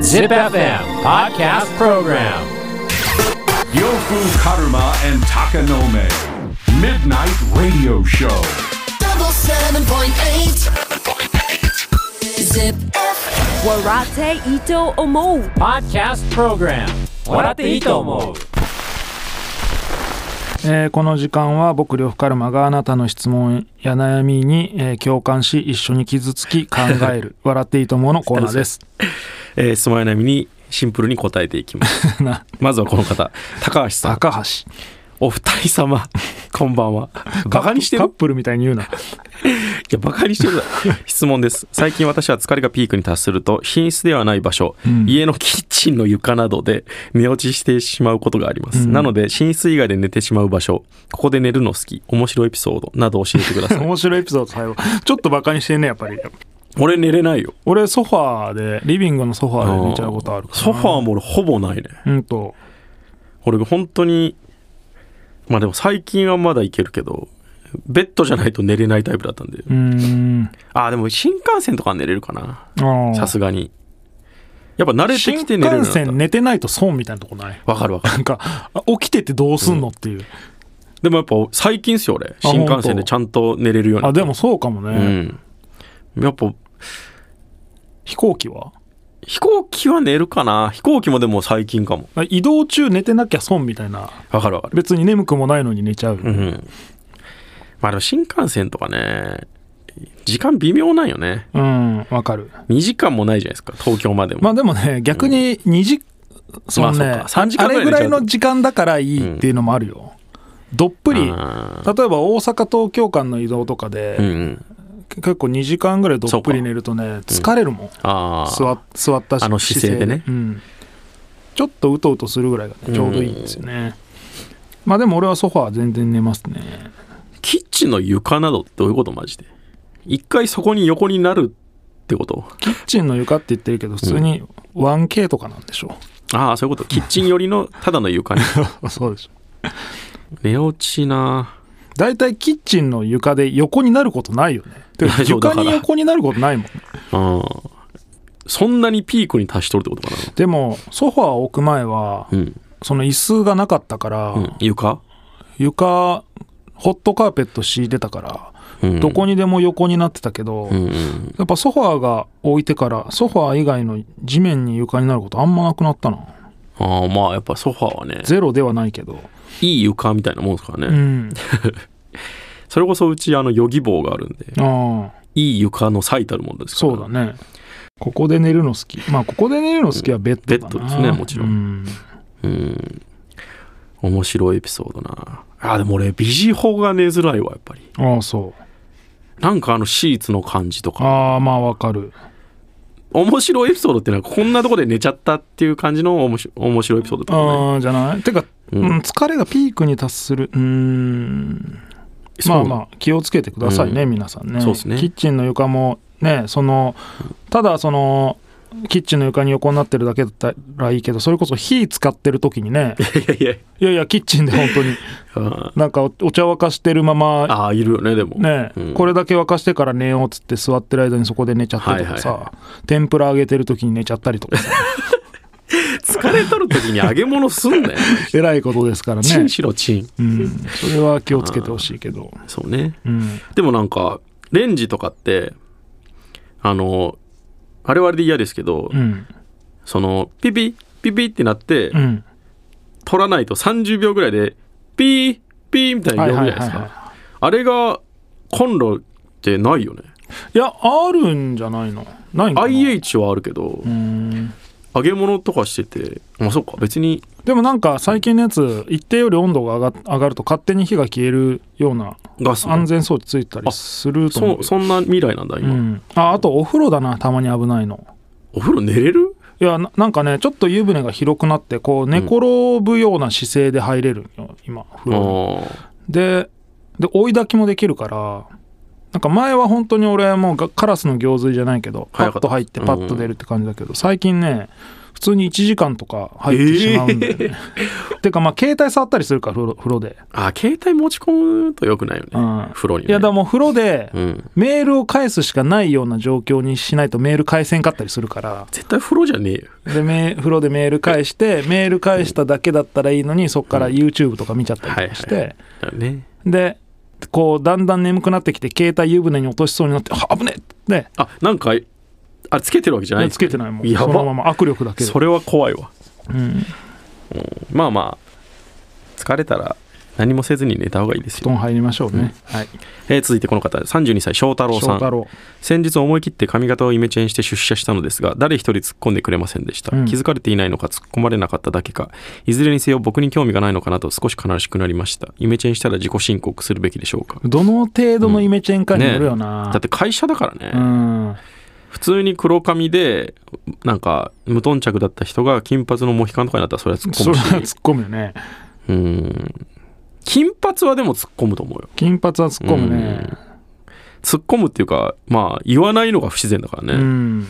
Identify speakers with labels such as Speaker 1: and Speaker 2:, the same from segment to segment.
Speaker 1: Zip FM Podcast Program
Speaker 2: Yofu Karuma and Takanome. Midnight Radio Show.
Speaker 3: double seven point eight. Zip.
Speaker 4: Warate Ito Omo.
Speaker 1: Podcast Program 笑っていいと思う
Speaker 5: えーこの時間は僕呂布カルマがあなたの質問や悩みに、えー共感し一緒に傷つき考え る笑っていいと思うのコーナーです
Speaker 6: えー、質問や悩みにシンプルに答えていきま す。
Speaker 5: な
Speaker 6: まずはこの方、高橋さん。
Speaker 5: 高橋
Speaker 6: お二人様、こんばんは。バカにして
Speaker 5: カッ
Speaker 6: る
Speaker 5: プルみたいに言うない
Speaker 6: や、バカにしてるだ。質問です。最近私は疲れがピークに達すると、寝室ではない場所、家のキッチンの床などで寝落ちしてしまうことがあります。なので、寝室以外で寝てしまう場所、ここで寝るの好き、面白いエピソードなど教えてく ださい。
Speaker 5: 面白いエピソード最後ちょっとバカにしてんねやっぱり
Speaker 6: 俺寝れないよ。
Speaker 5: 俺ソファーでリビングのソファーで寝ちゃうことあるから
Speaker 6: ソファーも俺ほぼないね。
Speaker 5: うんと
Speaker 6: 俺が本当にまあでも最近はまだいけるけどベッドじゃないと寝れないタイプだったんで、
Speaker 5: うーん
Speaker 6: ああでも新幹線とかは寝れるかな
Speaker 5: ああ
Speaker 6: さすがにやっぱ慣れて
Speaker 5: 新
Speaker 6: きて寝れる
Speaker 5: 幹
Speaker 6: んだ
Speaker 5: 線寝てないと損みたいなとこない
Speaker 6: わかるわかる
Speaker 5: なんかあ起きててどうすんのっていう、
Speaker 6: でもやっぱ最近っすよ俺
Speaker 5: あ
Speaker 6: 新幹
Speaker 5: 本
Speaker 6: 線で
Speaker 5: 当
Speaker 6: ちゃんと寝れるように
Speaker 5: あ
Speaker 6: な
Speaker 5: でもそうかもね、
Speaker 6: うんやっぱ
Speaker 5: 飛行機は
Speaker 6: 飛行機は寝るかな飛行機もでも最近かも
Speaker 5: あ移動中寝てなきゃ損みたいな
Speaker 6: わかるわかる
Speaker 5: 別に眠くもないのに寝ちゃう、
Speaker 6: うんまあでも新幹線とかね時間微妙なんよね
Speaker 5: うん、わかる。
Speaker 6: 2時間もないじゃないですか東京までも
Speaker 5: まあでもね、逆に2時、そのね、
Speaker 6: まあそうか3時間
Speaker 5: あ
Speaker 6: ぐら
Speaker 5: れ
Speaker 6: い
Speaker 5: ぐ
Speaker 6: 寝ちゃう
Speaker 5: らいの時間だからいいっていうのもあるよ。どっぷり、例えば
Speaker 6: あ
Speaker 5: 大阪東京間の移動とかで、
Speaker 6: ーうんうん
Speaker 5: 結構2時間ぐらいどっぷり寝るとね、疲れるもん。
Speaker 6: ああ
Speaker 5: 座座ったし
Speaker 6: あの姿勢でね
Speaker 5: うん、ちょっとうとうとするぐらいが、ね、ちょうどいいんですよね。まあでも俺はソファー全然寝ますね。
Speaker 6: キッチンの床などってどういうことマジで一回そこに横になるってこと
Speaker 5: キッチンの床って言ってるけど、普通に 1K とかなんでしょ
Speaker 6: ああそうい うことキッチン寄りのただの床に
Speaker 5: う。そうでしょ
Speaker 6: 寝落ちな
Speaker 5: 大体キッチンの床で横になることないよね。てか
Speaker 6: そうだ
Speaker 5: 床
Speaker 6: から
Speaker 5: に横になることないもん。
Speaker 6: ああそんなにピークに達しとるってことかな
Speaker 5: でも、ソファーを置く前は、
Speaker 6: うん、
Speaker 5: その椅子がなかったから、
Speaker 6: うん、床、
Speaker 5: 床、ホットカーペット敷いてたから、
Speaker 6: うん、
Speaker 5: どこにでも横になってたけど、
Speaker 6: うんうん
Speaker 5: やっぱソファーが置いてから、ソファー以外の地面に床になることあんまなくなったな。
Speaker 6: ああまあやっぱソファーはね
Speaker 5: ゼロではないけど。
Speaker 6: いい床みたいなもんですから
Speaker 5: う
Speaker 6: ね、
Speaker 5: ん。
Speaker 6: それこそうちあのヨギ棒があるんで
Speaker 5: ああ、
Speaker 6: いい床の最たるものですから
Speaker 5: そうだね。ここで寝るの好き。まあ、ここで寝るの好きはベッドだな。
Speaker 6: ベッドですねもちろん
Speaker 5: うん
Speaker 6: うん面白いエピソードなあーでも俺ビジホが寝づらいわやっぱり
Speaker 5: ああ、そう。
Speaker 6: なんかあのシーツの感じとか
Speaker 5: ああまあわかる
Speaker 6: 面白いエピソードってなんかこんなとこで寝ちゃったっていう感じのおもし面白いエピソードとかね
Speaker 5: ああじゃないてか、
Speaker 6: うん
Speaker 5: うん疲れがピークに達するうーん
Speaker 6: そう
Speaker 5: まあまあ気をつけてくださいね、皆さんね
Speaker 6: そうっすね
Speaker 5: キッチンの床もねそのただそのキッチンの床に横になってるだけだったらいいけどそれこそ火使ってる時に ね
Speaker 6: いやいや
Speaker 5: いやいやキッチンで本当 に
Speaker 6: あー
Speaker 5: なんかおお茶沸かしてるまま
Speaker 6: あーいるよねでも
Speaker 5: ね、
Speaker 6: うん
Speaker 5: これだけ沸かしてから寝ようっつって座ってる間にそこで寝ちゃったりとかさ、
Speaker 6: はいは
Speaker 5: 天ぷら揚げてる時に寝ちゃったりとか さ
Speaker 6: 疲れとる時に揚げ物すんなよ
Speaker 5: えらいことですからね
Speaker 6: チンしろチン
Speaker 5: うん、それは気をつけてほしいけど、
Speaker 6: そうね
Speaker 5: うん、
Speaker 6: でもなんかレンジとかってあのあれはあれで嫌ですけど、
Speaker 5: うん、
Speaker 6: そのピピピピってなって、
Speaker 5: うん、
Speaker 6: 取らないと30秒ぐらいでピーピーみたいに
Speaker 5: はい
Speaker 6: 呼ぶじゃ
Speaker 5: ははい
Speaker 6: ないいです
Speaker 5: は
Speaker 6: かあれがコンロってないよね
Speaker 5: い。いや、あるんじゃないの。ないんかな。
Speaker 6: IH はあるけど
Speaker 5: うん
Speaker 6: 揚げ物とかしててまあそっか別に
Speaker 5: でもなんか最近のやつ一定より温度が上が上がると勝手に火が消えるような
Speaker 6: ガスも
Speaker 5: 安全装置ついてたりすると思う
Speaker 6: そそんな未来なんだ
Speaker 5: う
Speaker 6: 今、
Speaker 5: ん、ああとお風呂だなたまに危ないの
Speaker 6: お風呂寝れる
Speaker 5: いやななんかねちょっと湯船が広くなってこう寝転ぶような姿勢で入れるんよ今風
Speaker 6: あ
Speaker 5: 呂に
Speaker 6: ー
Speaker 5: でで追い炊きもできるからなんか前は本当に俺はもうがカラスの行水じゃないけどパッ
Speaker 6: 早かった
Speaker 5: と入ってパッと出るって感じだけど、最近ね普通に1時間とか入ってしまうんだよね、 てかまあ携帯触ったりするから風呂風呂で、
Speaker 6: あ携帯持ち込むとよくないよね、
Speaker 5: うん
Speaker 6: 風呂に、ね、
Speaker 5: いやだからもう風呂で
Speaker 6: うん
Speaker 5: メールを返すしかないような状況にしないとメール返せんかったりするから
Speaker 6: 絶対風呂じゃねえよ
Speaker 5: でメ風呂でメール返してメール返しただけだったらいいのにそこから YouTube とか見ちゃったりとかして、
Speaker 6: はいだよね
Speaker 5: でこうだんだん眠くなってきて携帯湯船に落としそうになってあ危ねえで
Speaker 6: あなんかあつけてるわけじゃない
Speaker 5: つけてないもん
Speaker 6: や
Speaker 5: そ
Speaker 6: ば
Speaker 5: のまま握力だけで
Speaker 6: それは怖いわ
Speaker 5: うん
Speaker 6: まあまあ疲れたら何もせずに寝た方がいいです
Speaker 5: 布団
Speaker 6: よ、
Speaker 5: 入りましょうね、はい
Speaker 6: えー続いてこの方32歳翔太郎
Speaker 5: 翔
Speaker 6: さ
Speaker 5: 太
Speaker 6: ん
Speaker 5: 郎
Speaker 6: 先日思い切って髪型をイメチェンして出社したのですが誰一人突っ込んでくれませんでした、
Speaker 5: うん
Speaker 6: 気づかれていないのか突っ込まれなかっただけかいずれにせよ僕に興味がないのかなと少し悲しくなりましたイメチェンしたら自己申告するべきでしょうか
Speaker 5: どの程度のイメチェンかによるよな、
Speaker 6: だって会社だからね、
Speaker 5: うん
Speaker 6: 普通に黒髪でなんか無頓着だった人が金髪のモヒカンとかになったらそれは突っ
Speaker 5: それ
Speaker 6: 込
Speaker 5: は
Speaker 6: むし
Speaker 5: 突っ込むよね
Speaker 6: うん金髪はでも突っ込むと思うよ
Speaker 5: 金髪は突っ込むね
Speaker 6: 突っ込むっていうかまあ言わないのが不自然だからね、
Speaker 5: うん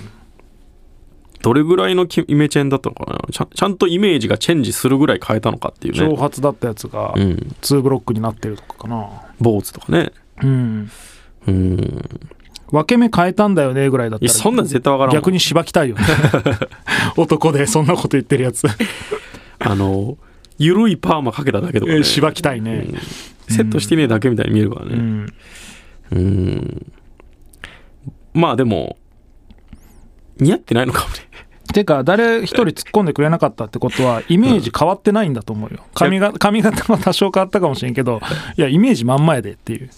Speaker 6: どれぐらいのきイメチェンだったのかなちゃんちゃんとイメージがチェンジするぐらい変えたのかっていう
Speaker 5: 長
Speaker 6: ね、
Speaker 5: 髪だったやつが
Speaker 6: うん、
Speaker 5: 2ブロックになってるとかかな
Speaker 6: 坊主とかね
Speaker 5: うん
Speaker 6: うん
Speaker 5: 分け目変えたんだよねぐらいだった
Speaker 6: いや
Speaker 5: ら
Speaker 6: そんなん絶対わからん
Speaker 5: 逆にしばきた いよね男でそんなこと言ってるやつ
Speaker 6: あの緩いパーマかけただけとか、ね、
Speaker 5: しばきたいね
Speaker 6: うんセットしてねえだけみたいに見えるから
Speaker 5: う
Speaker 6: ね
Speaker 5: ん
Speaker 6: うんまあでも似合ってないのかもね
Speaker 5: てか誰一人突っ込んでくれなかったってことはイメージ変わってないんだと思うよ髪が髪型は多少変わったかもしれんけどいやイメージ真ん前でっていう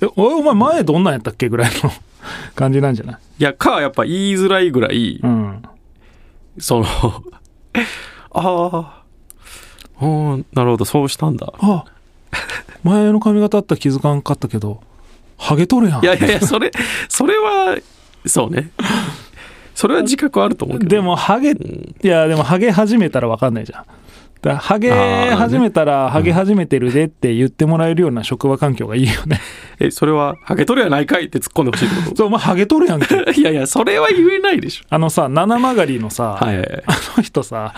Speaker 5: えおいお前前どんなんやったっけぐらいの 感じなんじゃない
Speaker 6: いやかやっぱ言いづらいぐらい、
Speaker 5: うん
Speaker 6: その ああうんなるほどそうしたんだ
Speaker 5: あ前の髪型あったら気づかんかったけどハゲとるやん
Speaker 6: いやいやいや それそれはそうねそれは自覚はあると思うけど
Speaker 5: でもハゲ
Speaker 6: うん
Speaker 5: いやでもハゲ始めたら分かんないじゃんだからハゲ
Speaker 6: あーね
Speaker 5: 始めたらハゲ始めてるでって言ってもらえるような職場環境がいいよね
Speaker 6: えそれはハゲ取るやないかいって突っ込んでほしいってこ
Speaker 5: そうお前ハゲとるやんけ
Speaker 6: と いやいやそれは言えないでしょ
Speaker 5: あのさ七曲がりのさ、
Speaker 6: はいはいはい
Speaker 5: あの人さ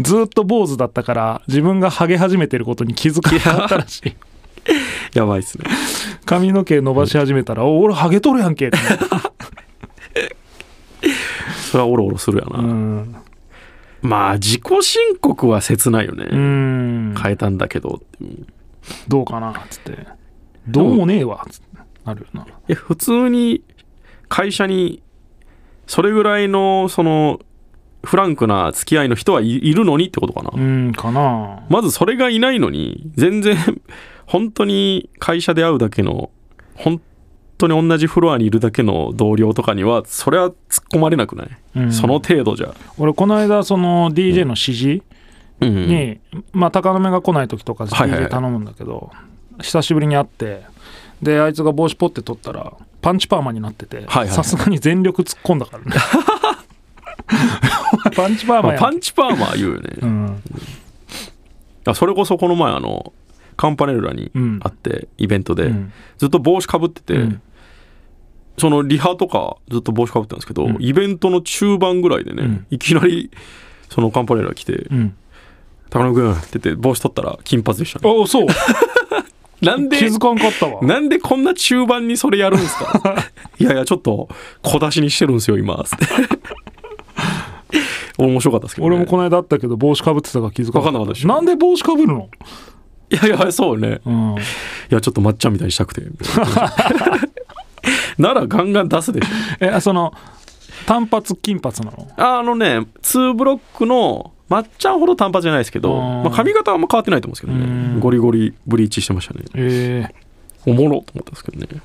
Speaker 5: ずーっと坊主だったから自分がハゲ始めてることに気づかなかったらしい
Speaker 6: やばいっすね
Speaker 5: 髪の毛伸ばし始めたら「お俺ハゲとるやんけ」ってなる
Speaker 6: それはオロオロするやな、
Speaker 5: うん
Speaker 6: まあ自己申告は切ないよね、
Speaker 5: うん
Speaker 6: 変えたんだけどっていうい
Speaker 5: どうかなっつって「どうもねえわ」っつってなるよな
Speaker 6: や普通に会社にそれぐらいのそのフランクな付き合いの人はいいるのにってことかな、
Speaker 5: うんかな
Speaker 6: まずそれがいないのに全然 本当に会社で会うだけの本当に同じフロアにいるだけの同僚とかにはそれは突っ込まれなくない、
Speaker 5: うん
Speaker 6: その程度じゃ、
Speaker 5: 俺この間その DJ の指示
Speaker 6: うん
Speaker 5: に、まあ高めが来ない時とか
Speaker 6: はいはいは
Speaker 5: DJ
Speaker 6: い
Speaker 5: 頼むんだけど、久しぶりに会ってであいつが帽子ポッて取ったらパンチパーマになってて
Speaker 6: はいはい
Speaker 5: さすがに全力突っ込んだ からねパンチパーマ
Speaker 6: まあ
Speaker 5: やん
Speaker 6: パンチパーマ言うよね、
Speaker 5: うん
Speaker 6: あそれこそこの前あのカンパネルラに
Speaker 5: うん
Speaker 6: 会って、イベントで、
Speaker 5: うん
Speaker 6: ずっと帽子かぶってて、
Speaker 5: うん
Speaker 6: そのリハとかずっと帽子かぶってたんですけど、
Speaker 5: うん
Speaker 6: イベントの中盤ぐらいでね、
Speaker 5: うん
Speaker 6: いきなりそのカンパネルラ来て
Speaker 5: うん
Speaker 6: 「高野君」って言って帽子取ったら金髪でしたね
Speaker 5: おそう
Speaker 6: なんで
Speaker 5: 気づかんかったわ
Speaker 6: なんでこんな中盤にそれやるんですか いやいやちょっと小出しにしてるんですよ今 つって面白かったですけど、ね、
Speaker 5: 俺もこの間あったけど帽子かぶってたから気づか
Speaker 6: わかんなかったでしょ
Speaker 5: なんで帽子かぶるの、
Speaker 6: いやいやそうね
Speaker 5: うん、
Speaker 6: いやちょっと抹茶みたいにしたくて ならガンガン出すでしょ
Speaker 5: えあその単発金髪なの
Speaker 6: あのね2ブロックのまっちゃんほど短髪じゃないですけど、
Speaker 5: うん
Speaker 6: まあ、髪型はあんま変わってないと思うんですけど
Speaker 5: う
Speaker 6: ね
Speaker 5: ん
Speaker 6: ゴリゴリブリーチしてましたね
Speaker 5: え
Speaker 6: おもろと思ったんですけどね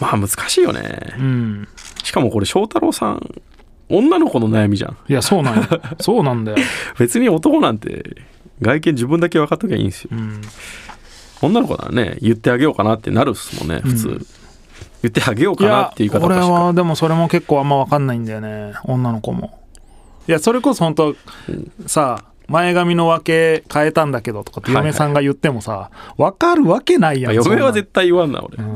Speaker 6: まあ難しいよね
Speaker 5: えうん
Speaker 6: しかもこれ翔太郎さん女の子の悩みじゃん
Speaker 5: いやそうなんよそうなんだよ
Speaker 6: 別に男なんて外見自分だけ分かっときゃいいんですよ
Speaker 5: うん
Speaker 6: 女の子ならね言ってあげようかなってなるっすもんね普通、
Speaker 5: うん
Speaker 6: 言ってあげよう
Speaker 5: い
Speaker 6: かな
Speaker 5: や
Speaker 6: っていう言い方
Speaker 5: 俺
Speaker 6: しか
Speaker 5: はでもそれも結構あんま分かんないんだよね女の子もいやそれこそ本当さ前髪の分け変えたんだけどとかって
Speaker 6: はいはい
Speaker 5: 嫁さんが言ってもさ、分かるわけないやん
Speaker 6: 嫁は
Speaker 5: そんな
Speaker 6: 絶対言わんな俺、
Speaker 5: ん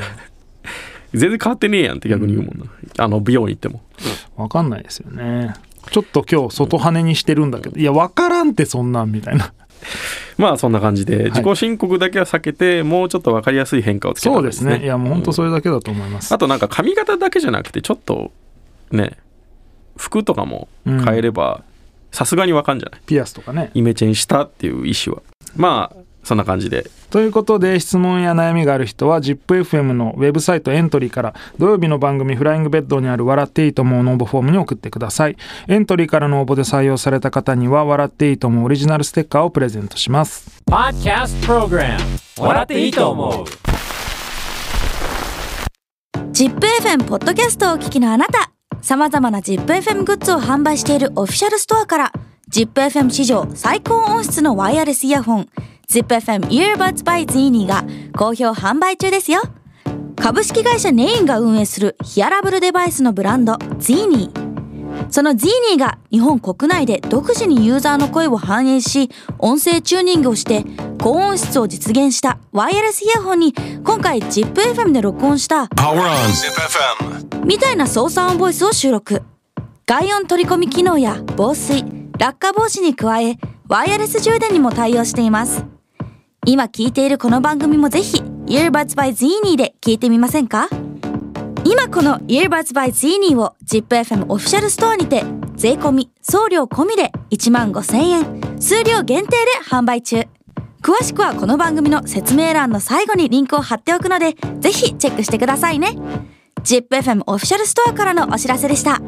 Speaker 6: 全然変わってねえやんって逆に言うもんな、あの美容院行っても
Speaker 5: わかんないですよねちょっと今日外羽にしてるんだけどいやわからんってそんなんみたいな
Speaker 6: まあそんな感じで自己申告だけは避けて、もうちょっと分かりやすい変化をつけ
Speaker 5: そ
Speaker 6: た方
Speaker 5: う
Speaker 6: がい
Speaker 5: で
Speaker 6: い
Speaker 5: すねいやもうほんとそれだけだと思います、
Speaker 6: あとなんか髪型だけじゃなくてちょっとね服とかも変えればさすがにわかんじゃない
Speaker 5: ピアスとかね
Speaker 6: イメチェンしたっていう意思はまあそんな感じで
Speaker 5: ということで質問や悩みがある人は ZIPFM のウェブサイトエントリーから土曜日の番組「フライングベッド」にある「笑っていいと思う」の応募フォームに送ってくださいエントリーからの応募で採用された方には「笑っていいと思う」オリジナルステッカーをプレゼントします
Speaker 1: Podcast Program 笑っていいと思う
Speaker 7: ジップ f m ポッドキャストをお聞きのあなた様々なジップ f m グッズを販売しているオフィシャルストアからジップ f m 史上最高音質のワイヤレスイヤホン ZIPFM Earbuds by Zini が好評販売中ですよ株式会社ネインが運営するヒアラブルデバイスのブランド Zini その Zini が日本国内で独自にユーザーの声を反映し音声チューニングをして高音質を実現したワイヤレスイヤホンに今回 ZIPFM で録音したみたいな操作音ボイスを収録外音取り込み機能や防水落下防止に加えワイヤレス充電にも対応しています今聞いているこの番組もぜひ Earbuds by Zini で聞いてみませんか今この Earbuds by Zini を ZIPFM オフィシャルストアにて税込み送料込みで1万5000円数量限定で販売中詳しくはこの番組の説明欄の最後にリンクを貼っておくのでぜひチェックしてくださいね ZIPFM オフィシャルストアからのお知らせでした